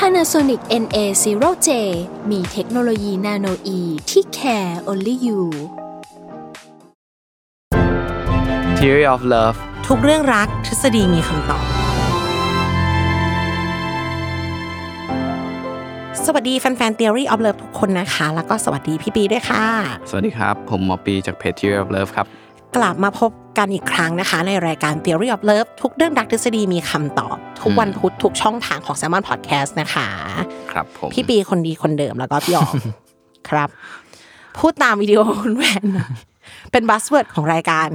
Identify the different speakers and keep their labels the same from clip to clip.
Speaker 1: Panasonic NA0J มีเทคโนโลยีนาโนอีที่ care only you
Speaker 2: Theory of Love
Speaker 3: ทุกเรื่องรักทฤษฎีมีคำตอบ สวัสดีแฟนๆ Theory of Love ทุกคนนะคะ แล้วก็สวัสดีพี่ปีด้วยค่ะ
Speaker 2: สวัสดีครับ ผมหมอปีจากเพจ Theory of Love ครับ
Speaker 3: กลับมาพบกันอีกครั้งนะคะ ในรายการ Theory of Love ทุกเรื่องรักทฤษฎีมีคำตอบ ทุกวันพุธทุกช่องทางของ Salmon Podcast นะคะ
Speaker 2: ครับผม
Speaker 3: พี่ปีคนดีคนเดิมแล้วก็พี่ออม ครับ พูดตามวิดีโอคุณแวน หน่อยเป็นบัสเวิร์ดของรายการ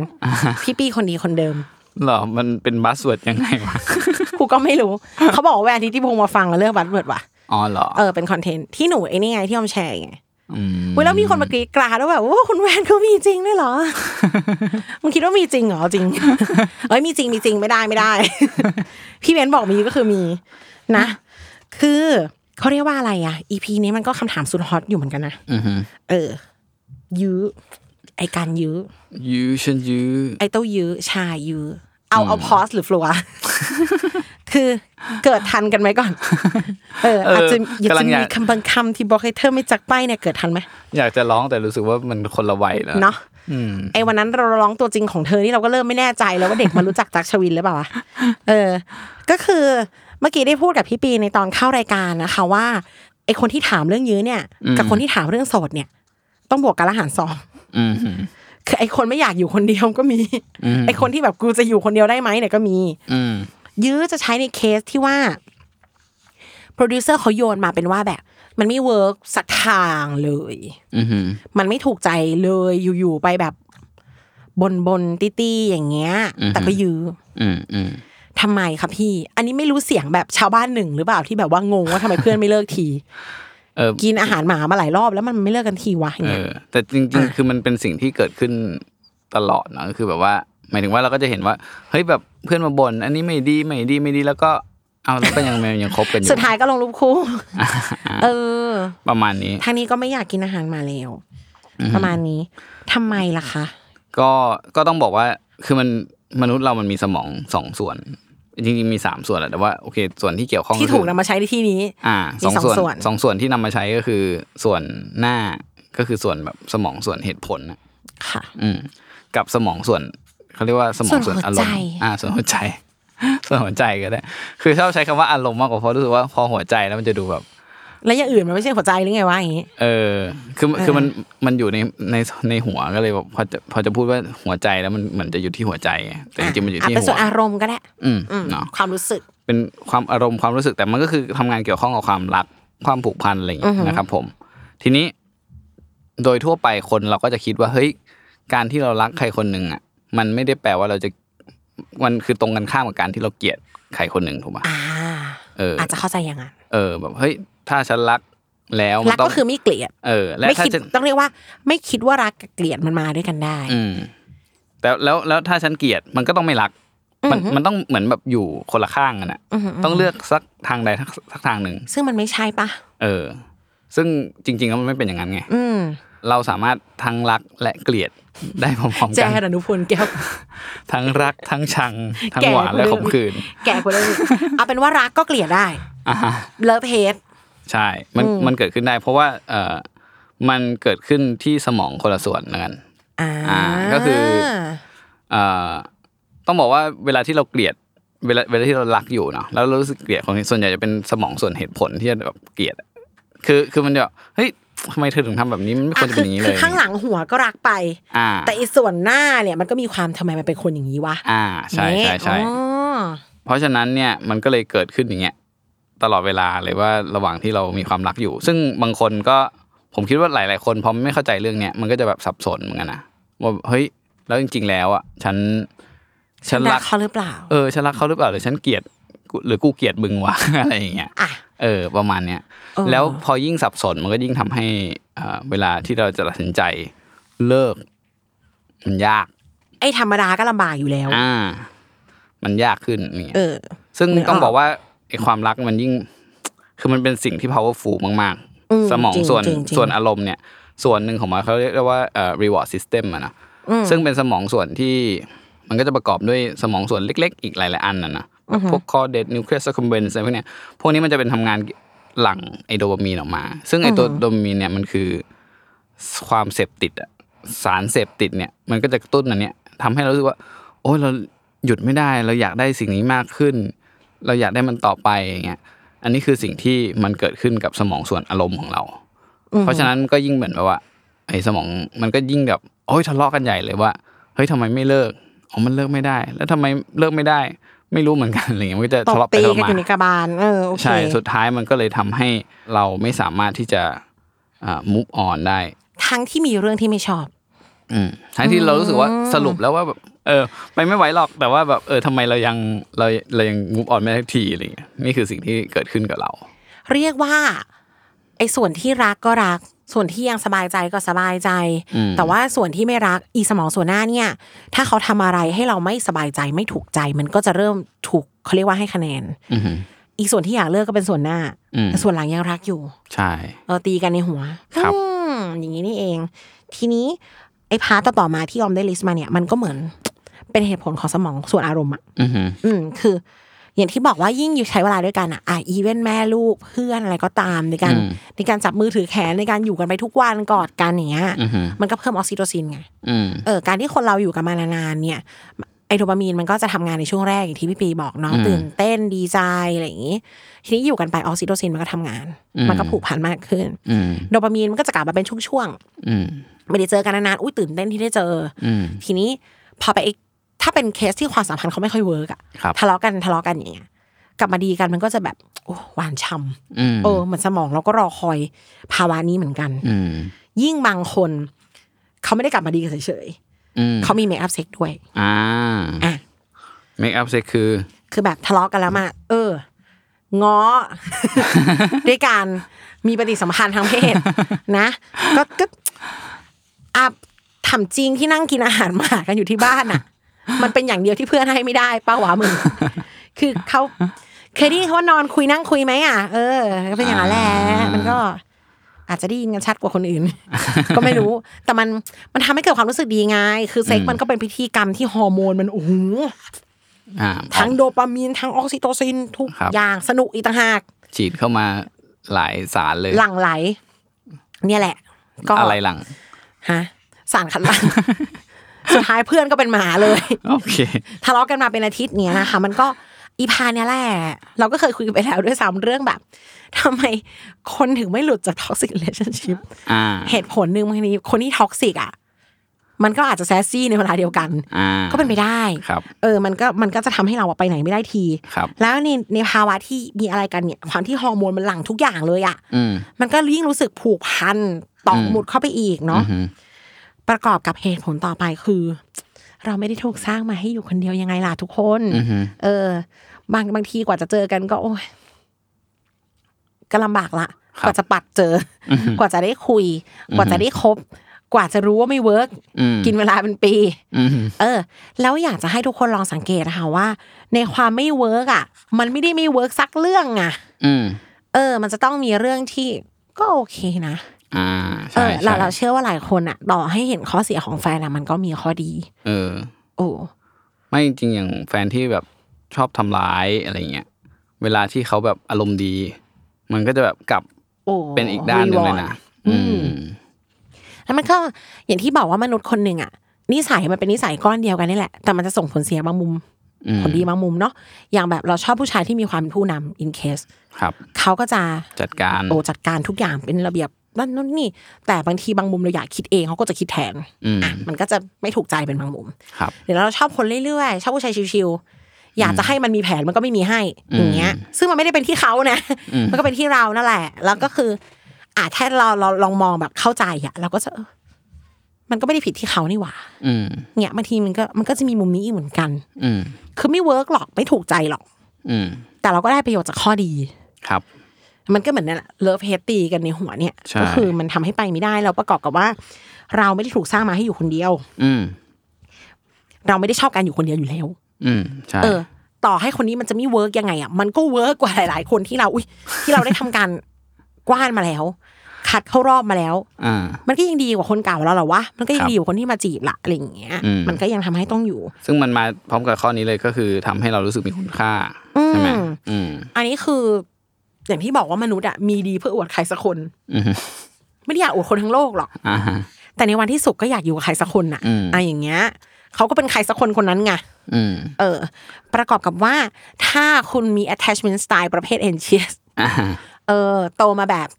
Speaker 3: พี่ปีคนดีคนเดิม
Speaker 2: เหรอ มันเป็นบัสเวิร์ดยังไงวะ
Speaker 3: กูก็ไม่รู้ เขาบอกว่าแวนที่ที่พงษ์มาฟังแล้วเลือกบัสเวิร์ดว่ะ
Speaker 2: อ๋อเหรอ
Speaker 3: เออเป็นคอนเทนต์ที่หนูไอ้นี่ไงที่ยอมแชร์ไง
Speaker 2: ม
Speaker 3: เว้ยแล้วมีคนมากรีดกราดว่าแบบว่าคุณแวนเขามีจริงด้วยเหรอ มึงคิดว่ามีจริงเหรอจริง เอ้ยมีจริงมีจริงไม่ได้ไม่ได้ พี่เบนบอกมีก็คือมีนะ คือเขาเรียกว่าอะไรอ่ะ EP นี้มันก็คำถามสุดฮอตอยู่เหมือนกันนะ
Speaker 2: อือฮึ
Speaker 3: เออ ยื้อไอการยื้อ
Speaker 2: ยูฉันยู
Speaker 3: ไอเต้ายื้อชายยื้อเอาเอาพอสหรือฟลัว คือเกิดทันกันไหมก่อน เอออาจจะอยากจะมีคำบางคำที่บอกให้เธอไม่จักไปเนี่ยเกิดทันไหม
Speaker 2: อยากจะร้องแต่รู้สึกว่ามันคนละวัยแล้ว
Speaker 3: เนาะไอ้วันนั้นเราร้องตัวจริงของเธอนี่เราก็เริ่มไม่แน่ใจแล้วว่าเด็กมารู้จักจักรชวินหรือเปล่าวะเออ ก็คือเมื่อกี้ได้พูดกับพี่ปีในตอนเข้ารายการนะคะว่าไอ้คนที่ถามเรื่องยื้อเนี่ย กับคนที่ถามเรื่องโสดเนี่ย ต้องบวกกันละหารสอง
Speaker 2: อือฮึ
Speaker 3: คือไอ้คนไม่อยากอยู่คนเดียวก็มีไอ้คนที่แบบกูจะอยู่คนเดียวได้ไหมเนี่ยก็มี
Speaker 2: อืม
Speaker 3: ยื้อจะใช้ในเคสที่ว่าโปรดิวเซอร์เขาโยนมาเป็นว่าแบบ มันไม่เวิร์กสักทางเลย
Speaker 2: อือฮึ
Speaker 3: มันไม่ถูกใจเลยอยู่ๆไปแบบบนบนๆตี้ๆอย่างเงี้ย แต่ก็ยื้อ
Speaker 2: อืมอืม
Speaker 3: ทำไมคะพี่ อันนี้ไม่รู้เสียงแบบชาวบ้านหนึ่งหรือเปล่าที่แบบว่างงว่าทำไมเพื่อนไม่เลิกที
Speaker 2: เออ
Speaker 3: กินอาหารหมามาหลายรอบแล้วมันไม่เลิกกันทีวะอย่าง
Speaker 2: เอ
Speaker 3: เงี้ย
Speaker 2: อแต่จริง ๆ คือมันเป็นสิ่งที่เกิดขึ้นตลอดเนอะก็คือแบบว่า หมายถึงว่าเราก็จะเห็นว่าเฮ้ยแบบเพื่อนมาบ่นอันนี้ไม่ดีไม่ดีไม่ดีแล้วก็เอาแล้วก็ยัง ยังยังคบกันอยู่
Speaker 3: สุดท้ายก็ลงรูปคู่ เออ
Speaker 2: ประมาณนี้
Speaker 3: ทางนี้ก็ไม่อยากกินอาหารหมาแล้วประมาณนี้ทำไมล่ะคะ
Speaker 2: ก็ก็ต้องบอกว่าคือมันมนุษย์เรามันมีสมองสองส่วน จริงๆมีสามส่วนแหละแต่ว่าโอเค ส่วนที่เกี่ยวข้องคื
Speaker 3: ที่
Speaker 2: อ
Speaker 3: ถูกนำมาใช้ในที่นี้
Speaker 2: อ่าสอง
Speaker 3: มีสอง
Speaker 2: ส่วนส
Speaker 3: ส่วน
Speaker 2: องส่วนที่นำมาใช้ก็คือส่วนหน้าก็คือส่วนแบบสมองส่วนเหตุผลน่ะ
Speaker 3: ค่ะ
Speaker 2: อืมกับสมองส่วนเขาเรียกว่าสมอง
Speaker 3: ส่
Speaker 2: ส่ว
Speaker 3: วนนหัว
Speaker 2: อารมณ์
Speaker 3: ใจ
Speaker 2: อ่าส่วนหัวใจ ส่วนหัวใจก็ได้คือชอบใช้คำว่าอารมณ์มากกว่าเพราะรู้สึกว่าพอหัวใจแล้วมันจะดูแบบ
Speaker 3: แล้วอย่างอื่นมันไม่ใช่หัวใจหรือไงวะอย่างงี้
Speaker 2: เออคือคือมันมันอยู่ในในในหัวก็เลยแบบพอจะพอจะพูดว่าหัวใจแล้วมันเหมือนจะอยู่ที่หัวใจไงแต่จริงๆมันอยู่ที่
Speaker 3: ะเป็น
Speaker 2: หั
Speaker 3: ส่ว
Speaker 2: ว
Speaker 3: นอารมณ์ก็ได้
Speaker 2: อืม
Speaker 3: อืม
Speaker 2: เนาะ
Speaker 3: ความรู้สึก
Speaker 2: เป็นความอารมณ์ความรู้สึกแต่มันก็คือทำงานเกี่ยวข้องกับความรักความผูกพันอะไรอย่างเงี้ยนะครับ ผม ทีนี้ โดยทั่วไปคนเราก็จะคิดว่าเฮ้ยการที่เรารักใครคนหนึ่งอ่ะ มันไม่ได้แปลว่าเราจะมันคือตรงกันข้ามกับการที่เราเกลียดใครคนหนึ่งถูกป่ะ
Speaker 3: อ่า
Speaker 2: เออ
Speaker 3: อาจจะเข้าใจอย่างนั้น
Speaker 2: เออ แบบเฮ้ยถ้าฉันรักแล้วมัน
Speaker 3: รัก
Speaker 2: ต้อง
Speaker 3: ก็คือไม่เกลียด
Speaker 2: เออ และ
Speaker 3: ไม่
Speaker 2: ถ้า
Speaker 3: คิด
Speaker 2: ฉัน
Speaker 3: ต้องเรียกว่า ไม่คิดว่ารักกับเกลียดมันมาด้วยกันได้
Speaker 2: อืมแต่แล้วแล้วถ้าฉันเกลียดมันก็ต้องไม่รัก มันมันต้องเหมือนแบบอยู่คนละข้างกันอ่ะต้องเลือกสักทางใดสักสักทางหนึ่ง
Speaker 3: ซึ่งมันไม่ใช่ปะ
Speaker 2: เออ ซึ่งจริงๆแล้วมันไม่เป็นอย่างนั้นไง
Speaker 3: อืม
Speaker 2: เราสามารถทั้งรักและเกลียด ได้พร้อมๆ
Speaker 3: แจ
Speaker 2: กัน
Speaker 3: รนุพลแก้ว
Speaker 2: ทั้งรักทั้งชัง ทั้ง
Speaker 3: แก่
Speaker 2: หวานและ
Speaker 3: ก
Speaker 2: ข
Speaker 3: ว่าเดิม
Speaker 2: มขื่น
Speaker 3: แก่กว่าเดิมเอาเป็นว่ารักก็เกลียดได้
Speaker 2: อ่าฮะ
Speaker 3: เลิฟเฮด
Speaker 2: ใช่ มันมันเกิดขึ้นได้ เพราะว่าเออมันเกิดขึ้นที่สมองคนละส่วนนั้น
Speaker 3: อ่า
Speaker 2: อ่าก็คือ เอ่อต้องบอกว่าเวลาที่เราเกลียดเวลาเวลาที่เรารักอยู่เนาะแล้วเรารู้สึกเกลียดของส่วนใหญ่จะเป็นสมองส่วนเหตุผลที่จะแบบเกลียดอะคือคือมันจะเฮ้ยทำไมเธอถึงทำแบบนี้มันไม่ควรจะเป็นอย่างนี้
Speaker 3: คื
Speaker 2: เล
Speaker 3: อย ข้างหลังหัวก็รักไป
Speaker 2: อ่า
Speaker 3: แต่อีส่วนหน้าเนี่ยมันก็มีความทำไมมันเป็นคนอย่างนี้วะ
Speaker 2: อ่าใช่ใช่ใช่
Speaker 3: อ๋อ
Speaker 2: เพราะฉะนั้นเนี่ยมันก็เลยเกิดขึ้นอย่างเงี้ยตลอดเวลาเลยว่าระหว่างที่เรามีความรักอยู่ ซึ่งบางคนก็ผมคิดว่าหลาย ๆ คนพอไม่เข้าใจเรื่องเนี้ยมันก็จะแบบสับสนเหมือนกันนะว่าเฮ้ยแล้วจริง ๆ แล้วอ่ะฉันฉันรัก
Speaker 3: เขาหรือเปล่า
Speaker 2: เออฉันรักเขาหรือเปล่าหรือฉันเกลียดกูหรือกูเกลียดมึงวะ อะไรอย่างเงี้ย
Speaker 3: อ่ะ
Speaker 2: เออ ประมาณเนี้ย
Speaker 3: เออ
Speaker 2: แล้วพอยิ่งสับสนมันก็ยิ่งทำให้เอ่อเวลาที่เราจะตัดสินใจเลิก มันยาก
Speaker 3: ไอ้ธรรมดาก็ลำบากอยู่แล้ว
Speaker 2: อ่า มันยากขึ้นเนี่ย
Speaker 3: เออ
Speaker 2: ซึ่ง
Speaker 3: นึกออก
Speaker 2: ต้องบอกว่าไอ้ความรักมันยิ่ง คือมันเป็นสิ่งที่ powerful มาก
Speaker 3: อืม
Speaker 2: ๆ สมอง
Speaker 3: จริง
Speaker 2: ส่วน
Speaker 3: จริงจริง
Speaker 2: ส่วนอารมณ์เนี่ย ส่วนหนึ่งของมันเขาเรียกได้ว่าเอ่อ reward system อะนะซึ่งเป็นสมองส่วนที่มันก็จะประกอบด้วยสมองส่วนเล็ก ๆ อีกหลายๆอันนะนะพวก cortex nucleus accumbens อะไรพวกเนี้ยพวกนี้มันจะเป็นทำงานหลั่งไอโดปามีนออกมา ซึ่งไอตัวโดปามีนเนี่ยมันคือ ความเสพติดอะสารเสพติดเนี่ย มันก็จะกระตุ้นอันเนี้ยทำให้เรารู้สึกว่า โอ้ยเราหยุดไม่ได้ เราอยากได้สิ่งนี้มากขึ้น เราอยากได้มันต่อไปอย่างเงี้ยอันนี้คือสิ่งที่มันเกิดขึ้นกับสมองส่วนอารมณ์ของเรา เพราะฉะนั้นก็ยิ่งเหมือนแบบว่า ไอ้สมองมันก็ยิ่งแบบโอ้ยทะเลาะกันใหญ่เลยว่าเฮ้ยทำไมไม่เลิกอ๋อมันเลิกไม่ได้ แล้วทำไมเลิกไม่ได้ ไม่รู้เหมือนกันอะไรเงี้ยมันก็จะ
Speaker 3: ต
Speaker 2: ทะ
Speaker 3: บ
Speaker 2: เลาะไป
Speaker 3: ตี
Speaker 2: ทะเลาะ
Speaker 3: กัน
Speaker 2: มา
Speaker 3: อยู่ในกระบาล เออโอเค
Speaker 2: ใช่ สุดท้ายมันก็เลยทำให้เราไม่สามารถที่จะมุฟออนได้
Speaker 3: ทั้งที่มีเรื่องที่ไม่ชอบ
Speaker 2: อืมทั้งที่เรารู้สึกว่าสรุปแล้วว่าแบบเออ ไปไม่ไหวหรอกแต่ว่าแบบเออทำไมเรายังเราเรายังมุฟออนไม่ได้สักทีอะไรเงี้ยนี่คือสิ่งที่เกิดขึ้นกับเรา
Speaker 3: เรียกว่าไอ้ส่วนที่รักก็รัก ส่วนที่ยังสบายใจก็สบายใจ
Speaker 2: อืม
Speaker 3: แต่ว่าส่วนที่ไม่รักอีสมองส่วนหน้าเนี่ย ถ้าเขาทำอะไรให้เราไม่สบายใจไม่ถูกใจ มันก็จะเริ่มถูกเขาเรียกว่าให้คะแนน
Speaker 2: อือหือ
Speaker 3: อีกส่วนที่อยากเลิกก็เป็นส่วนหน้า
Speaker 2: อืม
Speaker 3: แต่ส่วนหลังยังรักอยู่
Speaker 2: ใช่
Speaker 3: เออตีกันในหัว
Speaker 2: ครับ
Speaker 3: อืมอย่างนี้นี่เอง ทีนี้ไอ้พาร์ตต่อๆมาที่ออมได้ลิสต์มาเนี่ย มันก็เหมือน เป็นเหตุผลของสมองส่วนอารมณ์อะ
Speaker 2: อือหือ
Speaker 3: อืมคือ อย่างที่บอกว่ายิ่งอยู่ใช้เวลาด้วยกันอ่ะอ่ะอีเวนแม่ลูกเพื่อนอะไรก็ตามในการ
Speaker 2: อืม
Speaker 3: ในการจับมือถือแขนในการอยู่กันไปทุกวันกอดกันอย่างเงี้ย
Speaker 2: อือหือ
Speaker 3: มันก็เพิ่มออกซิโตซินไง
Speaker 2: อืม
Speaker 3: เออการที่คนเราอยู่กันมานานๆเนี่ยไอโดปามีนมันก็จะทำงานในช่วงแรกอย่างที่พี่ปีบอกเนาะ
Speaker 2: อืม
Speaker 3: ตื่นเต้นดีใจอะไรอย่างงี้ ทีนี้อยู่กันไปออกซิโตซินมันก็ทำงาน
Speaker 2: อืม
Speaker 3: มันก็ผูกพันมากขึ้น
Speaker 2: อืม
Speaker 3: โดปามีนมันก็จะกลับมาเป็นช่วง
Speaker 2: อืม
Speaker 3: ๆไม่ได้เจอกันนานๆอุ้ยตื่นเต้นที่ได้เจอ
Speaker 2: อืม
Speaker 3: ทีนี้พอไปอีกถ้าเป็นเคสที่ความสัมพันธ์เขาไม่ค่อยเวิร์กอะ
Speaker 2: ครับ
Speaker 3: ทะเลาะกันทะเลาะกันอย่างเงี้ยกลับมาดีกันมันก็จะแบบโอ้หวานช่
Speaker 2: อืม
Speaker 3: ำเออเหมือนสมองเราก็รอคอยภาวะนี้เหมือนกัน
Speaker 2: อืม
Speaker 3: ยิ่งบางคนเขาไม่ได้กลับมาดีกันเฉย
Speaker 2: อืม
Speaker 3: ๆเขามีเมคอัพเซ็กด้วย
Speaker 2: อ่า
Speaker 3: อ่ะ
Speaker 2: เมคอัพเซ็คือ
Speaker 3: คือแบบทะเลาะกันแล้วมา เออ ง้อ ด้วยการมีปฏิสัมพันธ์ทางเพ ศ นะก็ก็อ่ะถามจริงที่นั่งกินอาหารหมากันอยู่ที่บ้านอ่ะ มันเป็นอย่างเดียวที่เพื่อนให้ไม่ได้ป้าวะ มึง คือเขาเคยได้ยินเขาว่านอนคุยนั่งคุยไหมอ่ะ เออก็เป็นอย่างนั้นแหละ
Speaker 2: อ่ามั
Speaker 3: มันก็ อาจจะได้ยินกันชัดกว่าคนอื่ น ก็ไม่รู้ แต่มันมันทำให้เกิดความรู้สึกดีไง คือเซ็กซ์มันก็เป็นพิธีกรรมที่ฮอร์โมนมันโอ้โห
Speaker 2: อ่า
Speaker 3: ทั้งโดปามีนทั้งออกซิโตซินทุก
Speaker 2: ครับ
Speaker 3: อย่างสนุกอีกต่างหาก
Speaker 2: ฉีดเข้ามาหลายสารเลย
Speaker 3: หลั่งไหล เนี่ยแหละ ก็
Speaker 2: อะไรหลัง
Speaker 3: ฮะสารคัดหลั ง สุดท้ายเพื่อนก็เป็นหมาเลย
Speaker 2: โอเค
Speaker 3: ทะเลาะกันมาเป็นอาทิตย์เนี้ยนะคะ มันก็อีพาเนี่ยแหละ เราก็เคยคุยกันไปแล้วด้วยซ้ำเรื่องแบบทำไมคนถึงไม่หลุดจากท็อกซิ e เ a t i o n s h i p
Speaker 2: อ่า
Speaker 3: เหตุผลหนึ่งบางทีคนที่ท็อกซิกอ่ะ มันก็อาจจะแซสซี่ในเวลาเดียวกัน
Speaker 2: อ่า
Speaker 3: ก็เป็นไปได้
Speaker 2: ครับ
Speaker 3: เออ มันก็มันก็จะทำให้เราอะไปไหนไม่ได้ที
Speaker 2: ครับ
Speaker 3: แล้วในในภาวะที่มีอะไรกันเนี่ยความที่ฮอร์โมนมันหลั่งทุกอย่างเลยอะ่ะ
Speaker 2: อืม
Speaker 3: มันก็ยิ่งรู้สึกผูกพันตอกหมุดเข้าไปอีกเนาะ
Speaker 2: อืม
Speaker 3: ประกอบกับเหตุผลต่อไปคือ เราไม่ได้ถูกสร้างมาให้อยู่คนเดียวยังไงล่ะทุกคน
Speaker 2: อือฮึ
Speaker 3: เออบางบางทีกว่าจะเจอกันก็ โอ้ยก็ลำบากละ
Speaker 2: ครับ
Speaker 3: กว่าจะปัดเจออกว่าจะได้คุย กว่าจะได้คบ กว่าจะรู้ว่าไม่เวิร์ก
Speaker 2: อืม
Speaker 3: กินเวลาเป็นปี
Speaker 2: อืม
Speaker 3: เออ แล้วอยากจะให้ทุกคนลองสังเกตนะคะว่า ในความไม่เวิร์กอ่ะ มันไม่ได้ไม่เวิร์กสักเรื่องอ่ะ
Speaker 2: อืม
Speaker 3: เออ มันจะต้องมีเรื่องที่ก็โอเคนะ
Speaker 2: อ่า
Speaker 3: เอ
Speaker 2: ใช่
Speaker 3: อเรา
Speaker 2: ใช่
Speaker 3: เราเชื่อว่าหลายคนอ่ะต่อให้เห็นข้อเสียของแฟนอะมันก็มีข้อดี
Speaker 2: เออ
Speaker 3: โอ้
Speaker 2: ไม่จริงอย่างแฟนที่แบบชอบทำร้ายอะไรเงี้ย เวลาที่เขาแบบอารมณ์ดี มันก็จะแบบกลับ
Speaker 3: โอ้
Speaker 2: เป็นอีกด้านหนึ่งเลย
Speaker 3: รีวอร์ด
Speaker 2: นะ
Speaker 3: อื
Speaker 2: อื
Speaker 3: ม
Speaker 2: ม
Speaker 3: แล้วมันก็อย่างที่บอกว่ามนุษย์คนหนึ่งอ่ะนิสัยมันเป็นนิสัยก้อนเดียวกันนี่แหละ แต่มันจะส่งผลเสียบางมุม
Speaker 2: อืม
Speaker 3: ผลดีบางมุมเนาะอย่างแบบเราชอบผู้ชายที่มีความเป็นผู้นำ in case
Speaker 2: ครับ
Speaker 3: เขาก็จะ
Speaker 2: จัดการ
Speaker 3: โอจัดการทุกอย่างเป็นระเบียบนั่นนู่นนี่ แต่บางทีบางมุมเราอยากคิดเองเขาก็จะคิดแทน
Speaker 2: อืม
Speaker 3: อ่ะมันก็จะไม่ถูกใจเป็นบางมุม
Speaker 2: ครับ
Speaker 3: หรือเราชอบคนเรื่อยๆชอบผู้ชายชิวๆอยากจะให้มันมีแผนมันก็ไม่มีให้อย่างเงี้ย ซึ่งมันไม่ได้เป็นที่เขานะ มันก็เป็นที่เรานั่นแหละ แล้วก็คืออ่ะถ้าเราเราลองมองแบบเข้าใจอะเราก็จะเออมันก็ไม่ได้ผิดที่เขานี่หว่า
Speaker 2: อืม
Speaker 3: เนี่ยบางทีมันก็มันก็จะมีมุมนี้อีกเหมือนกัน
Speaker 2: อืม
Speaker 3: คือไม่เวิร์กหรอกไม่ถูกใจหรอก
Speaker 2: อืม
Speaker 3: แต่เราก็ได้ประโยชน์จากข้อดี
Speaker 2: ครับ
Speaker 3: มันก็เหมือนนั่นแหละเลิฟเฮตตีกันในหัวเนี่ย
Speaker 2: ใช่
Speaker 3: ก็คือมันทำให้ไปไม่ได้แล้วประกอบกับว่า เราไม่ได้ถูกสร้างมาให้อยู่คนเดียว
Speaker 2: อืม
Speaker 3: เราไม่ได้ชอบการอยู่คนเดียวอยู่แล้ว
Speaker 2: อืมใช่
Speaker 3: เออ ต่อให้คนนี้มันจะไม่เวิร์กยังไงอ่ะ มันก็เวิร์กกว่าหลาย ๆ คนที่เรา อุ้ย ที่เราได้ทำการ กว้านมาแล้ว คัดเข้ารอบมาแล้ว
Speaker 2: อ่า
Speaker 3: มันก็ยังดีกว่าคนเก่าเราเหรอวะ มันก็ยั
Speaker 2: ค
Speaker 3: ง
Speaker 2: รับ
Speaker 3: ดีกว่าคนที่มาจีบละอะไรอย่างเงี้ย
Speaker 2: อืม
Speaker 3: มันก็ยังทำให้ต้องอยู่
Speaker 2: ซึ่งมันมาพร้อมกับข้อนี้เลยก็คือทำให้เรารู้สึกมีคุณค่า
Speaker 3: อื
Speaker 2: ใช่ไหม
Speaker 3: ม
Speaker 2: อืม
Speaker 3: อันนี้คือ อย่างที่บอกว่ามนุษย์อ่ะมีดีเพื่ออวดใครสักคน
Speaker 2: อืม
Speaker 3: ไม่ได้อยากอวดคนทั้งโลกหรอก
Speaker 2: อ่าฮะ
Speaker 3: แต่ในวันที่สุขก็อยากอยู่กับใครสักคนอ่ะ
Speaker 2: อืม
Speaker 3: อ่ะอย่างเงี้ยเขาก็เป็นใครสักคนคนนั้นไง
Speaker 2: อืม
Speaker 3: เออ ประกอบกับว่า ถ้าคุณมี attachment style ประเภท anxious
Speaker 2: อ่าฮะ
Speaker 3: เออโตมาแบบ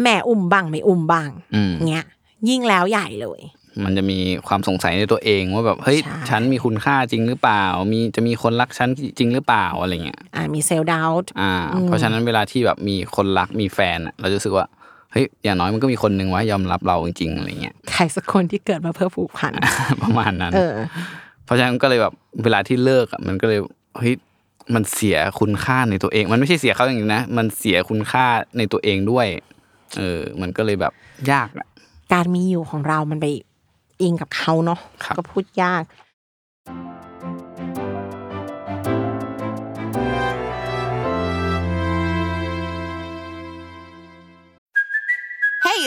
Speaker 3: แหม่อุ่มบังไม่อุ่มบัง
Speaker 2: อืม
Speaker 3: เงี้ย ยิ่งแล้วใหญ่เลย
Speaker 2: มันจะมีความสงสัยในตัวเองว่าแบบเฮ้ย
Speaker 3: ใช่
Speaker 2: ฉันมีคุณค่าจริงหรือเปล่า มีจะมีคนรักฉันจริงหรือเปล่าอะไรเงี้ย
Speaker 3: อ่ามีเซลดาวด์
Speaker 2: อ่า เพราะฉะนั้นเวลาที่แบบมีคนรักมีแฟนอะเราจะรู้สึกว่าเฮ้ยอย่างน้อยมันก็มีคนหนึ่งว่ายอมรับเราจริงๆอะไรเงี้ย
Speaker 3: ใครสักคนที่เกิดมาเพื่อผูกพัน
Speaker 2: ประมาณนั้น
Speaker 3: เออ
Speaker 2: เพราะฉะนั้นก็เลยแบบเวลาที่เลิกอะมันก็เลยเฮ้ยมันเสียคุณค่าในตัวเอง มันไม่ใช่เสียเขาอย่างนี้นะมันเสียคุณค่าในตัวเองด้วย เออ มันก็เลยแบบยากอะ
Speaker 3: การมีอยู่ของเรามันไปอิงกับเขาเนาะ
Speaker 2: ครับ
Speaker 3: ก็พูดยาก
Speaker 4: Hey,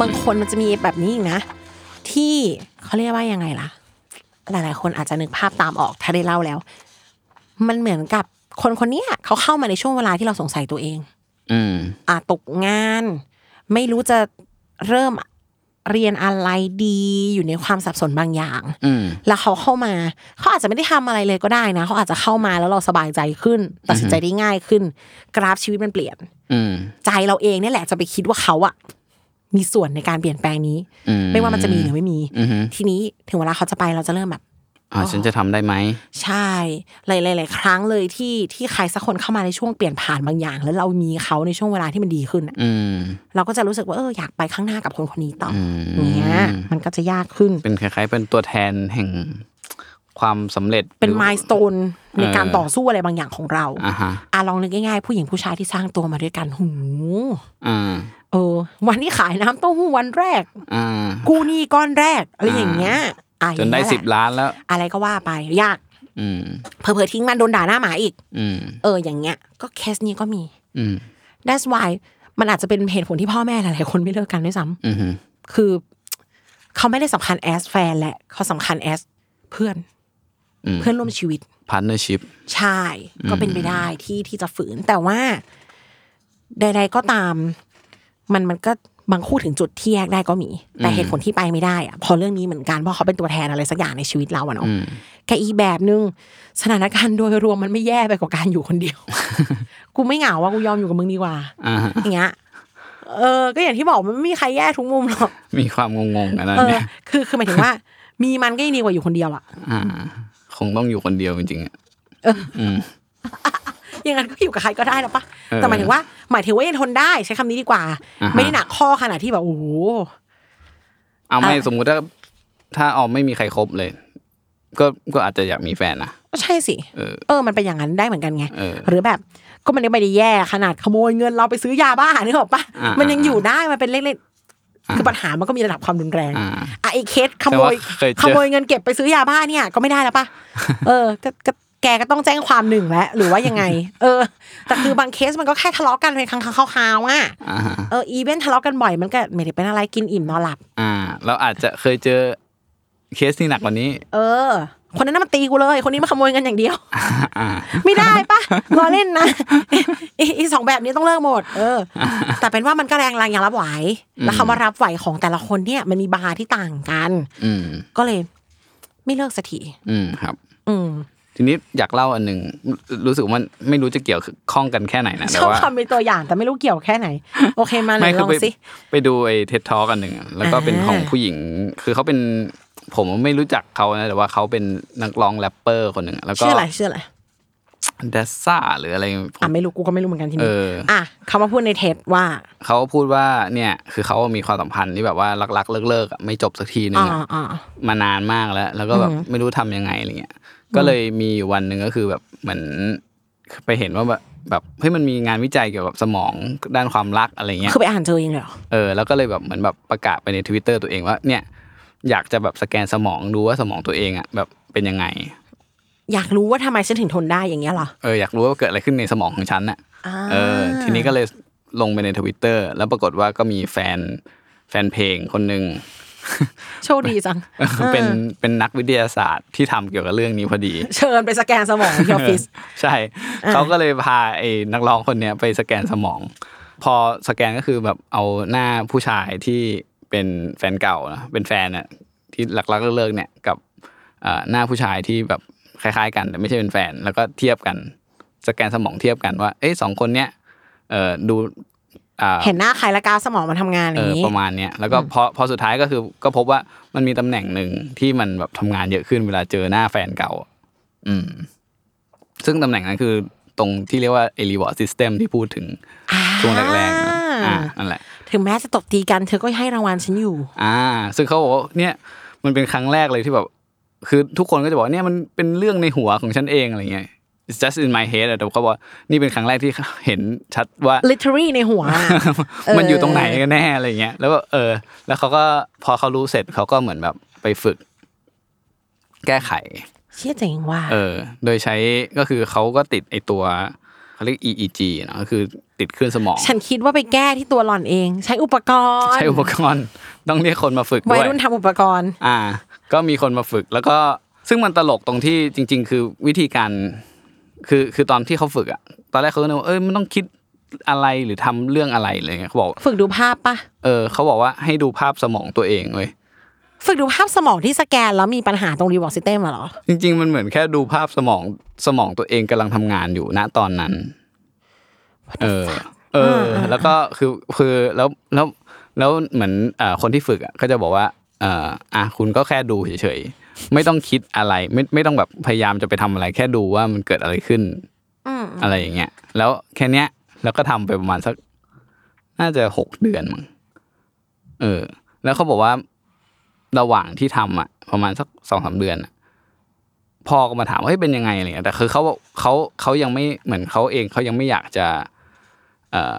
Speaker 3: บางคนมันจะมีแบบนี้อีกนะ ที่เขาเรียกว่ายังไงล่ะ หลายๆ คนอาจจะนึกภาพตามออกถ้าได้เล่าแล้ว มันเหมือนกับคนคนเนี้ยเขาเข้ามาในช่วงเวลาที่เราสงสัยตัวเอง
Speaker 2: อืม
Speaker 3: อ่ะตกงาน ไม่รู้จะเริ่มเรียนอะไรดีอยู่ในความสับสนบางอย่าง
Speaker 2: อืม
Speaker 3: แล้วเขาเข้ามา เขาอาจจะไม่ได้ทำอะไรเลยก็ได้นะ เขาอาจจะเข้ามาแล้วเราสบายใจขึ้น ตัดสินใจได้ง่ายขึ้น กราฟชีวิตมันเปลี่ยน
Speaker 2: อืม
Speaker 3: ใจเราเองเนี่ยแหละจะไปคิดว่าเขาอะมีส่วนในการเปลี่ยนแปลงนี้
Speaker 2: อืม
Speaker 3: ไม่ว่ามันจะมีหรือไม่มี
Speaker 2: อืม
Speaker 3: ทีนี้ถึงเวลาเขาจะไปเราจะเริ่มแบบ
Speaker 2: อ่าฉันจะทำได้ไหม
Speaker 3: ใช่หลายๆหลายครั้งเลยที่ที่ใครสักคนเข้ามาในช่วงเปลี่ยนผ่านบางอย่าง แล้วเรามีเขาในช่วงเวลาที่มันดีขึ้นอะ
Speaker 2: อืม
Speaker 3: เราก็จะรู้สึกว่าเอออยากไปข้างหน้ากับคนคนนี้ต่ออ
Speaker 2: ม
Speaker 3: อย่างเงี้ยมันก็จะยากขึ้น
Speaker 2: เป็นคล้ายๆ เป็นตัวแทนแห่งความสำเร็จ
Speaker 3: เป็น
Speaker 2: หรือ
Speaker 3: มายสเตนในการ
Speaker 2: เออ
Speaker 3: ต่อสู้อะไรบางอย่างของเรา
Speaker 2: อ่าฮะ
Speaker 3: อ่ะลองนึกง่ายๆผู้หญิงผู้ชายที่สร้างตัวมาด้วยกันหู
Speaker 2: อ่า
Speaker 3: เออ วันที่ขายน้ำเต้าหู้วันแรก
Speaker 2: อ่า
Speaker 3: กูหนี่ก้อนแรกอะไรอย่างเงี้ยอ่ะ
Speaker 2: จนได้
Speaker 3: อย่ง
Speaker 2: สิ
Speaker 3: เงี้
Speaker 2: บ
Speaker 3: ยแหละ
Speaker 2: ล้านแล้ว
Speaker 3: อะไรก็ว่าไปยาก
Speaker 2: อืม
Speaker 3: เผลอๆทิ้งมันโดนด่าหน้าหมาอีก
Speaker 2: อืม
Speaker 3: เอออย่างเงี้ย ก็เคสนี้ก็มี
Speaker 2: อืม
Speaker 3: that's why มันอาจจะเป็นเหตุผลที่พ่อแม่หลายๆคนไม่เลิกกันด้วยซ้ำ
Speaker 2: อืม
Speaker 3: คือเขาไม่ได้สำคัญแอสแฟนแหละเขาสำคัญแอสเพื่อน เพื่อนร่วมชีวิต
Speaker 2: พาร์ทเนอร์ชิพ
Speaker 3: ใช่ก็เป็นไปได้ที่ที่จะฝืน แต่ว่า ใด ๆ ก็ตาม มันมันก็บางคู่ถึงจุดที่แยกได้ก็มี แต่เหตุผลที่ไปไม่ได้อะพอเรื่องนี้เหมือนกันเพราะเขาเป็นตัวแทนอะไรสักอย่างในชีวิตเราอะเนาะแกอีกแบบนึงสถานการณ์โดยรวมมันไม่แย่ไปกว่าการอยู่คนเดียว กูไม่เหงาว่ากูยอมอยู่กับมึงดีกว่า
Speaker 2: อ่าฮะ
Speaker 3: อย่างเงี้ยเออ ก็อย่างที่บอกมันไม่มีใครแย่ทุกมุมหรอก
Speaker 2: มีความงงๆอันนั้น
Speaker 3: เออ
Speaker 2: เนี่ย
Speaker 3: คือคือหมายถึงว่า มีมันก็ยังดีกว่าอยู่คนเดียวอะ
Speaker 2: อ่า คงต้องอยู่คนเดียวจริงๆอะ
Speaker 3: อย่างนั้นก็อยู่กับใครก็ได้หรอปะ
Speaker 2: เออ
Speaker 3: แต่หมายถึงว่า หมายถึงว่ายังทนได้ใช้คำนี้ดีกว่า
Speaker 2: อ่าฮะ
Speaker 3: ไม่ได้หนักข้อขนาดที่แบบโอ้โห
Speaker 2: เอาไม่สมมุติถ้าถ้าออมไม่มีใครครบเลย ก็ก็อาจจะอยากมีแฟนนะ
Speaker 3: ก็ใช่สิ
Speaker 2: เออ
Speaker 3: เออมันเป็นอย่างนั้นได้เหมือนกันไง
Speaker 2: เออ
Speaker 3: หรือแบบก็มันไม่ได้แย่ขนาดขโมยเงินเราไปซื้อยาบ้านึกออกปะ
Speaker 2: อ่ามั
Speaker 3: มันยังอยู่ได้มันเป็นเล็กๆคือปัญหามันก็มีระดับความรุนแรง
Speaker 2: อ่า
Speaker 3: อ่ะไอ้เคสข
Speaker 2: แต่
Speaker 3: โม
Speaker 2: ว่าย เคยเจอ
Speaker 3: ขโมยเงินเก็บไปซื้อยาบ้าเนี่ยก็ไม่ได้ แล้วปะ เออก็ก็แกก็ต้องแจ้งความหนึ่งแล้วหรือว่ายังไง เออ แต่คือบางเคสมันก็แค่ทะเลาะกันเป็นครั้งคราวๆอ่ะ
Speaker 2: อ่าฮะ
Speaker 3: เอออีเวนทะเลาะกันบ่อยมันก็ไม่ได้เป็นอะไรกินอิ่มนอนหลับ
Speaker 2: อ่า เราอาจจะเคยเจอเคสที่หนักกว่านี้
Speaker 3: เออ คนนั้นนะมันตีกูเลย คนนี้มาขโมยเงินอย่างเดียว
Speaker 2: อ่า
Speaker 3: ไม่ได้ ปะรอเล่นนะเอ๊ะอีอีสองแบบนี้ต้องเลิกหมด เออ แต่เป็นว่ามันก็แรงแรงอย่างรับไหวแล้วคำว่ารับไหวของแต่ละคนเนี่ยมันมีบาร์ที่ต่างกัน
Speaker 2: อืม
Speaker 3: ก็เลย ไม่เลิกสักที
Speaker 2: อืมครับ
Speaker 3: อืม
Speaker 2: ทีนี้อยากเล่าอันหนึ่งรู้รู้สึกว่ามันไม่รู้จะเกี่ยวข้องกันแค่ไหน นะ
Speaker 3: ช
Speaker 2: แต่
Speaker 3: อบ
Speaker 2: ว่า
Speaker 3: คำเป็นตัวอย่างแต่ไม่รู้เกี่ยวแค่ไหน โอเคมาเล
Speaker 2: ไม่
Speaker 3: ย
Speaker 2: คื
Speaker 3: ล
Speaker 2: อ
Speaker 3: อง
Speaker 2: ไป
Speaker 3: สิ
Speaker 2: ไปดูไอ้เท็ดทอกันหนึ่งอะแล้วก็เป็น
Speaker 3: อ่า
Speaker 2: ของผู้หญิง คือเขาเป็นผมไม่รู้จักเขานะแต่ว่าเขาเป็นนักร้องแรปเปอร์คนหนึ่งอะแล้วก็
Speaker 3: ชื่ออะไรชื่ออะไร
Speaker 2: เดซซ่าหรืออะไรผม
Speaker 3: อ่ะไม่รู้กูก็ไม่รู้เหมือนกันที
Speaker 2: เอ
Speaker 3: นี้
Speaker 2: อ
Speaker 3: อ่ะเขามาพูดในเทปว่า
Speaker 2: เขาพูดว่าเนี่ยคือเขามีความสัมพันธ์ที่แบบว่ารักๆเลิกๆอะไม่จบสักทีนึ
Speaker 3: อ่าง
Speaker 2: อะ
Speaker 3: อ่า
Speaker 2: มานานมากแล้ว แล้วก็แบบไม่รู้ทำยังไงอะไรเงี้ย ก็เลยมีอยู่วันหนึ่งก็คือแบบเหมือนไปเห็นว่าแบบแบบเฮ้ยมันมีงานวิจัยเกี่ยวกับสมองด้านความรักอะไรเงี้ย
Speaker 3: คือไปอ่านเจอเองเลยเหรอ
Speaker 2: เออแล้วก็เลยแบบเหมือนแบบประกาศไปในทวิตเตอร์ตัวเองว่าเนี่ยอยากจะแบบสแกนสมองดูว่าสมองตัวเองอ่ะแบบเป็นยังไง
Speaker 3: อยากรู้ว่าทำไมฉันถึงทนได้อย่างเงี้ยเหรอ
Speaker 2: เอออยากรู้ว่าเกิดอะไรขึ้นในสมองของฉันน่ะ
Speaker 3: อ่า
Speaker 2: เออ ทีนี้ก็เลยลงไปในทวิตเตอร์แล้วปรากฏว่าก็มีแฟนแฟนเพลงคนหนึ่ง
Speaker 3: โชคดีจัง
Speaker 2: เป็นเป็นนักวิทยาศาสตร์ที่ทำเกี่ยวกับเรื่องนี้พอดี
Speaker 3: เชิญไปสแกนสม องที่ออฟฟิศ
Speaker 2: ใช่ เขาก็เลยพาไอ้นักร้องคนเนี้ยไปสแกนสมอง พอสแกนก็คือแบบเอาหน้าผู้ชายที่เป็นแฟนเก่านะเป็นแฟนน่ะที่หลักๆเลิกๆเนี่ยกับเอ่อหน้าผู้ชายที่แบบคล้ายๆ กันแต่ไม่ใช่เป็นแฟน แล้วก็เทียบกัน สแกนสมองเทียบกันว่า เอ้ยสองคนเนี้ยเอ่อดูอ่า
Speaker 3: เห็นหน้าใครและกาวสมองมันทำงานอ
Speaker 2: เอย่าง อ
Speaker 3: นี้
Speaker 2: ประมาณเนี้ยแล้วก็พอพอสุดท้ายก็คือก็พบว่ามันมีตำแหน่งหนึ่งที่มันแบบทำงานเยอะขึ้นเวลาเจอหน้าแฟนเก่า อืม ซึ่งตำแหน่งนั้นคือตรงที่เรียกว่า e อ e w a r d system ที่พูดถึงช่วงแรกๆนะอ่านั่นแหละ
Speaker 3: ถึงแม้จะตบตีกันเธอก็ให้รางวัลฉันอยู่
Speaker 2: อ่า ซึ่งเขาบอกว่าเนี่ยมันเป็นครั้งแรกเลยที่แบบ คือทุกคนก็จะบอกว่าเนี่ยมันเป็นเรื่องในหัวของฉันเองอะไรเงี้ย it's just in my head อะแต่เขาบอกว่านี่เป็นครั้งแรกที่เห็นชัดว่า
Speaker 3: literary ใน หัวอะ
Speaker 2: มันอยู่ตรงไหนกันแน่อะไรเงี้ย แล้วก็เออ แล้วเขาก็พอเขารู้เสร็จเขาก็เหมือนแบบไปฝึก แก้ไข
Speaker 3: เชี่ยเจ๋งว่ะ
Speaker 2: เออ โดยใช้ก็คือเขาก็ติดไอตัวเขาเรียก EEG เนอะก็คือติดคลื่นสมอง
Speaker 3: ฉันคิดว่าไปแก้ที่ตัวหล่อนเอง ใช้อุปกรณ์
Speaker 2: ใช้อุปกรณ์ต้องเรียกคนมาฝึก
Speaker 3: วั
Speaker 2: ด้วย ย
Speaker 3: รุ่นทำอุปกรณ์
Speaker 2: อ่า ก็มีคนมาฝึก แล้วก็ซึ่งมันตลกตรงที่จริง ๆ คือวิธีการ คือคือตอนที่เขาฝึกอะตอนแรกเขาก็นึกว่าเอ้ยมันต้องคิดอะไรหรือทำเรื่องอะไรอะไรเงี้ยเขาบอก
Speaker 3: ฝึกดูภาพปะ
Speaker 2: เออเขาบอกว่าให้ดูภาพสมองตัวเองเว้ย
Speaker 3: ฝึกดูภาพสมองที่สแกนแล้วมีปัญหาตรงรีวอร์ดซิสเต็มเหรอ
Speaker 2: จริงๆ มันเหมือนแค่ดูภาพสมองสมองตัวเองกำลังทำงานอยู่ณตอนนั้น เออ เออ แล้วก็คือคือแล้วแล้วแล้วเหมือนเอ่อคนที่ฝึกอะก็จะบอกว่าเอ่ออ่ะคุณก็แค่ดูเฉยๆ ไม่ต้องคิดอะไรไม่ไม่ต้องแบบพยายามจะไปทำอะไร แค่ดูว่ามันเกิดอะไรขึ้นอะไรอย่างเงี้ยแล้วแค่เนี้ยแล้วก็ทำไปประมาณสัก น่าจะหกเดือนมั้งเออ แล้วเขาบอกว่าระหว่างที่ทำอ่ะ ประมาณสักสองสามเดือนอะ พ่อก็มาถามว่าเฮ้ยเป็นยังไงอะไรเงี้ยแต่คือเขาเขาเขายังไม่เหมือนเขาเองเขายังไม่อยากจะเอ่อ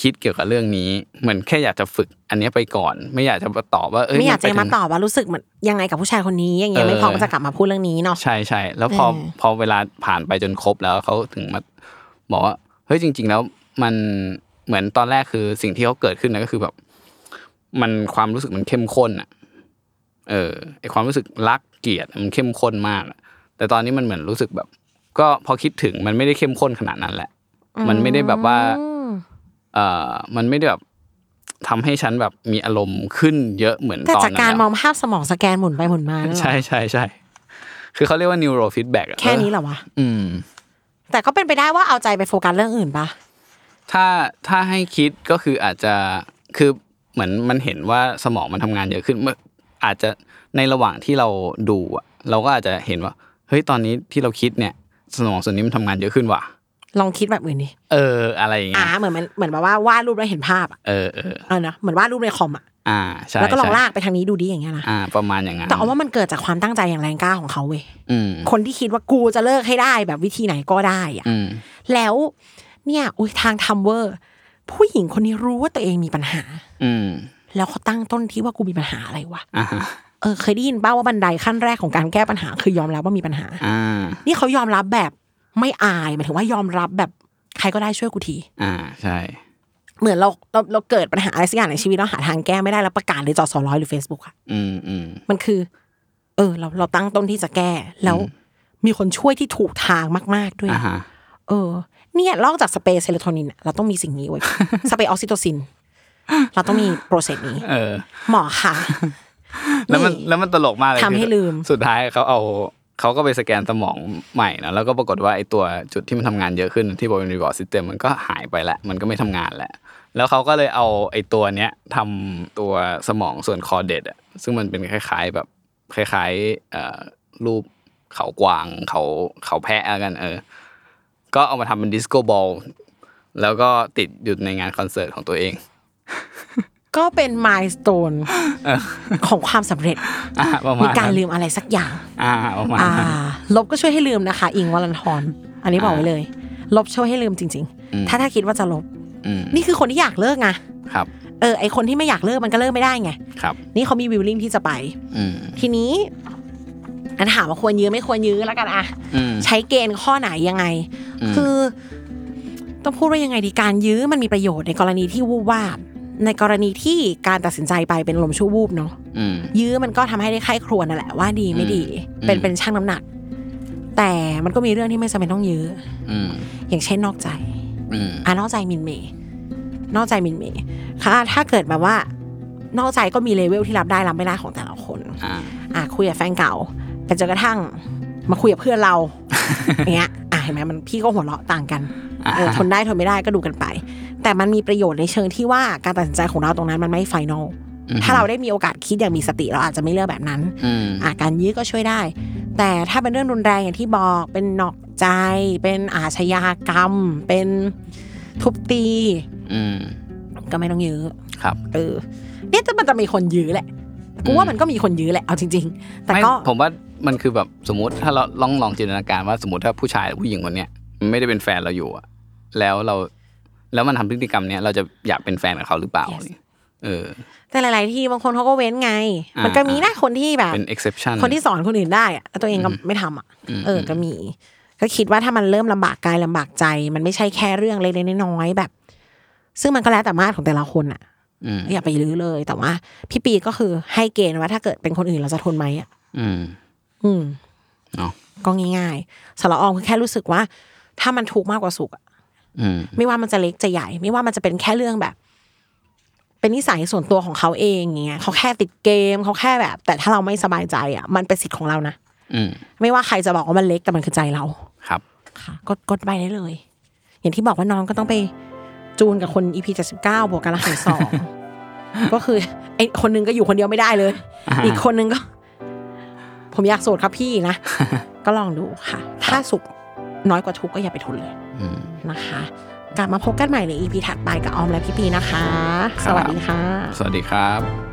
Speaker 2: คิดเกี่ยวกับเรื่องนี้ เหมือนแค่อยากจะฝึกอันเนี้ยไปก่อน ไม่อยากจะมาตอบว่าเอ้ย
Speaker 3: ไม่อยา
Speaker 2: น
Speaker 3: กจะ
Speaker 2: ไป
Speaker 3: มา
Speaker 2: ถึง
Speaker 3: ตอบว่ารู้สึกเหมือนยังไงกับผู้ชายคนนี้อย่างเงี้ย
Speaker 2: เออ
Speaker 3: ไม่พร้อมจะกลับมาพูดเรื่องนี้เนาะ
Speaker 2: ใช่ใช่แล้วพอพอเวลาผ่านไปจนครบแล้วเขาถึงมาบอกว่าเฮ้ยจริง ๆ แล้วมันเหมือนตอนแรกคือสิ่งที่เขาเกิดขึ้นนะก็คือแบบ มันความรู้สึกมันเข้มข้นอ่ะ เออไอความรู้สึกรักเกลียดมันเข้มข้นมากอะแต่ตอนนี้มันเหมือนรู้สึกแบบ ก็พอคิดถึงมันไม่ได้เข้มข้นขนาดนั้นแหละ มันไม่ได้แบบว่า เออมันไม่ได้แบบทำให้ฉันแบบมีอารมณ์ขึ้นเยอะเหมือน
Speaker 3: แต่
Speaker 2: ตอน
Speaker 3: จาก
Speaker 2: นั้น
Speaker 3: การ
Speaker 2: แล้ว
Speaker 3: มองภาพสมองสแกนหมุนไปหมุนมานั่นเหรอ
Speaker 2: ใช่ใช่ใช่ คือเขาเรียกว่า neuro feedback อะ
Speaker 3: แค่นี้เหรอวะ
Speaker 2: อืม
Speaker 3: แต่ก็เป็นไปได้ว่าเอาใจไปโฟกัสเรื่องอื่นปะ
Speaker 2: ถ้าถ้าให้คิดก็คืออาจจะคือเหมือนมันเห็นว่าสมองมันทำงานเยอะขึ้นเมื่ออาจจะในระหว่างที่เราดูอะเราก็อาจจะเห็นว่า เฮ้ยตอนนี้ที่เราคิดเนี่ย สมองส่วนนี้มันทำงานเยอะขึ้นว่ะ
Speaker 3: ลองคิดแบบอื่นดิ
Speaker 2: เออ อะไรอย่างเงี้
Speaker 3: อ่าย เหมือนมันเหมือนแบบว่าวาดรูปแล้วเห็นภาพอะ
Speaker 2: เออเออ
Speaker 3: เออเนอะเหมือนวาดรูปในคอมอะ
Speaker 2: อ่าใช่
Speaker 3: แล้วก็ลอง
Speaker 2: ใช่
Speaker 3: ลากไปทางนี้ดูดิอย่างเงี้ยนะ
Speaker 2: อ่า ประมาณอย่างนั้น
Speaker 3: แต่เอาว่ามันเกิดจากความตั้งใจอย่างแรงกล้าของเขาเว้ย
Speaker 2: อืม
Speaker 3: คนที่คิดว่ากูจะเลิกให้ได้แบบวิธีไหนก็ได้อะ
Speaker 2: อืม
Speaker 3: แล้วเนี่ยอุ้ยทางทัมเวอร์ผู้หญิงคนนี้รู้ว่าตัวเองมีปัญหา
Speaker 2: อืม
Speaker 3: แล้วเขาตั้งต้นที่ว่ากูมีปัญหาอะไรวะ
Speaker 2: อ่าฮะ
Speaker 3: เออเคยได้ยินเป้าว่าบันไดขั้นแรกของการแก้ปัญหา คือยอมรับว่ามีปัญหา
Speaker 2: อ่า
Speaker 3: นี่เขายอมรับแบบไม่อายหมายถึงว่ายอมรับแบบใครก็ได้ช่วยกูที
Speaker 2: อ่าใช่
Speaker 3: เหมือนเราเราเราเกิดปัญหาอะไรสักอย่างในชีวิตเราหาทางแก้ไม่ได้แล้วประกาศในจอสอร้อยหรือ Facebook อะ
Speaker 2: อืมอืม
Speaker 3: มันคือ เออ เราเราตั้งต้นที่จะแก้ แล้วมีคนช่วยที่ถูกทางมาก ๆด้วย
Speaker 2: อ่าฮะ
Speaker 3: เออ เนี่ยนอกจากสเปรย์เซโรโทนินอะเราต้องมีสิ่งนี้เว้ ย สเปรย์ออกซิโตซิน เราต้องมีโปรเซส นี้
Speaker 2: เออ
Speaker 3: หมอค่ะ
Speaker 2: แล้วมันแล้วมันตลกมากเลย
Speaker 3: ทำให้
Speaker 2: คือ
Speaker 3: ลืม
Speaker 2: สุดท้ายเขาเอา เขาก็ไปสแกนสมองใหม่นะแล้วก็ปรากฏว่าไอตัวจุดที่มันทำงานเยอะขึ้นที่บอกเป็นรีวอร์ดซิสเต็มมันก็หายไปแหละมันก็ไม่ทำงานแหละ แล้วเขาก็เลยเอาไอตัวเนี้ยทำตัวสมองส่วนคอเด็ดอะซึ่งมันเป็นคล้าย ๆแบบคล้ายๆเอ่อรูปเขากวางเขาเขาแพะอะไรกันเออ ก็เอามาทำเป็นดิสโก้บอลแล้วก็ติดอยู่ในงานคอนเสิร์ตของตัวเอง
Speaker 3: ก็เป็นมายสเตนของความสำเร็จ
Speaker 2: อ่ะประมาณ
Speaker 3: มีการ
Speaker 2: นั้น
Speaker 3: ลืมอะไรสักอย่าง
Speaker 2: อ่าประมาณ
Speaker 3: อ่า
Speaker 2: นั้น
Speaker 3: ลบก็ช่วยให้ลืมนะคะ อิงวลันทรอันนี้บอกไว้เลย ลบช่วยให้ลืมจริง
Speaker 2: อืม
Speaker 3: ๆ ถ้าถ้าคิดว่าจะลบ
Speaker 2: อืม
Speaker 3: นี่คือคนที่อยากเลิกไง
Speaker 2: ครับ
Speaker 3: เออไอคนที่ไม่อยากเลิกมันก็เลิกไม่ได้ไง
Speaker 2: ครับ
Speaker 3: นี่เขามีวิลลิ่งที่จะไป
Speaker 2: อืม
Speaker 3: ทีนี้อันถามว่าควรยื้อไม่ควรยื้อแล้วกันอะ
Speaker 2: อืม
Speaker 3: ใช้เกณฑ์ข้อไหนยังไง
Speaker 2: อืม
Speaker 3: คือ ต้องพูดว่ายังไงดีการยื้อมันมีประโยชน์ในกรณีที่วูบวาบในกรณีที่การตัดสินใจไปเป็นลมชั่ววูบเนาะ
Speaker 2: อืม
Speaker 3: ยื้อมันก็ทำให้ได้ไข้ครวญนั่นแหละว่าดีไม่ดี
Speaker 2: อืม
Speaker 3: เป็นเป็นช่างน้ำหนัก แต่มันก็มีเรื่องที่ไม่จำเป็นต้องยื้อ
Speaker 2: อืม
Speaker 3: อย่างเช่นนอกใจ
Speaker 2: อืม
Speaker 3: อ่ะนอกใจมินเมย์นอกใจมินเมย์ค่ะ ถ้าเกิดแบบว่า นอกใจก็มีเลเวลที่รับได้รับไม่ได้ของแต่ละคน
Speaker 2: อ่า
Speaker 3: อ่ะคุยกับแฟนเก่าไปจนกระทั่ง มาคุยกับเพื่อนเรา อย่างเงี้ยอ่ะเห็นไหมมันพี่ก็หัวเราะต่างกันเออทนได้ทนไม่ได้ก็ดูกันไป แต่มันมีประโยชน์ในเชิงที่ว่าการตัดสินใจของเราตรงนั้นมันไม่ไฟนอล
Speaker 2: อือฮึ
Speaker 3: ถ้าเราได้มีโอกาสคิดอย่างมีสติเราอาจจะไม่เลือกแบบนั้น
Speaker 2: อืม
Speaker 3: อาการยื้อก็ช่วยได้ แต่ถ้าเป็นเรื่องรุนแรงอย่างที่บอกเป็นนอกใจ เป็นอาชญากรรม เป็นทุบตี
Speaker 2: อืม
Speaker 3: ก็ไม่ต้องยื้อ
Speaker 2: ครับ
Speaker 3: เออเนี่ยจะมันจะมีคนยื้อแหละกูว่ามันก็มีคนยื้อแหละเอาจริง ๆ แต่
Speaker 2: ไม่
Speaker 3: ก็
Speaker 2: ผมว่ามันคือแบบสมมติถ้าเราลองลองจินตนาการว่าสมมติถ้าผู้ชายหรือผู้หญิงคนเนี้ยมันไม่ได้เป็นแฟนเราอยู่อะแล้วเรา แล้วมันทำพฤติกรรมเนี้ยเราจะอยากเป็นแฟนกับเขาหรือเปล่า
Speaker 3: Yes
Speaker 2: เออ
Speaker 3: แต่หลาย ๆ ที่บางคนเขาก็เว้นไง
Speaker 2: อ่ามั
Speaker 3: มันก็มีนะคนที่แบบ
Speaker 2: เป็น exception
Speaker 3: คนที่สอนคนอื่นได้อะแต่ตัวเองก็ไม่ทำอ่ะ เออ ก็มี ก็คิดว่าถ้ามันเริ่มลำบากกายลำบากใจ มันไม่ใช่แค่เรื่องเล็กๆน้อยๆแบบ ซึ่งมันก็แล้วแต่มาตรของแต่ละคนอ่ะ
Speaker 2: อืม
Speaker 3: อย่าไปรื้อเลย แต่ว่า พี่ปีก็คือให้เกณฑ์ว่าถ้าเกิดเป็นคนอื่นเราจะทนไหมอ่ะ
Speaker 2: อืม
Speaker 3: อืม
Speaker 2: เนาะ
Speaker 3: ก็ง่ายๆสำหรับออมคือแค่รู้สึกว่า ถ้ามันทุกข์มากกว่าสุขอะ
Speaker 2: อืม
Speaker 3: ไม่ว่ามันจะเล็กจะใหญ่ ไม่ว่ามันจะเป็นแค่เรื่องแบบ เป็นนิสัยส่วนตัวของเขาเองอย่างเงี้ยเขาแค่ติดเกมเขาแค่แบบ แต่ถ้าเราไม่สบายใจอ่ะ มันเป็นสิทธิ์ของเรานะ
Speaker 2: อืม
Speaker 3: ไม่ว่าใครจะบอกว่ามันเล็กแต่มันคือใจเรา
Speaker 2: ครับ
Speaker 3: ค่ะกดกดไปได้เลย อย่างที่บอกว่าน้องก็ต้องไปจูนกับคน EP 79บวกกันละหารสอง ก็คือไอคนหนึงก็อยู่คนเดียวไม่ได้เลย อีกคนหนึงก็ ผมอยากโสดครับพี่ นะ ก็ลองดูค่ะ ถ้าสุขน้อยกว่าทุกข์ก็อย่าไปทุนเลย
Speaker 2: อืม
Speaker 3: นะคะ กลับมาพบกันใหม่ใน EP ถัดไปกับออมและพี่ปีนะคะ สวัสดีค่ะ
Speaker 2: สวัสดีครับ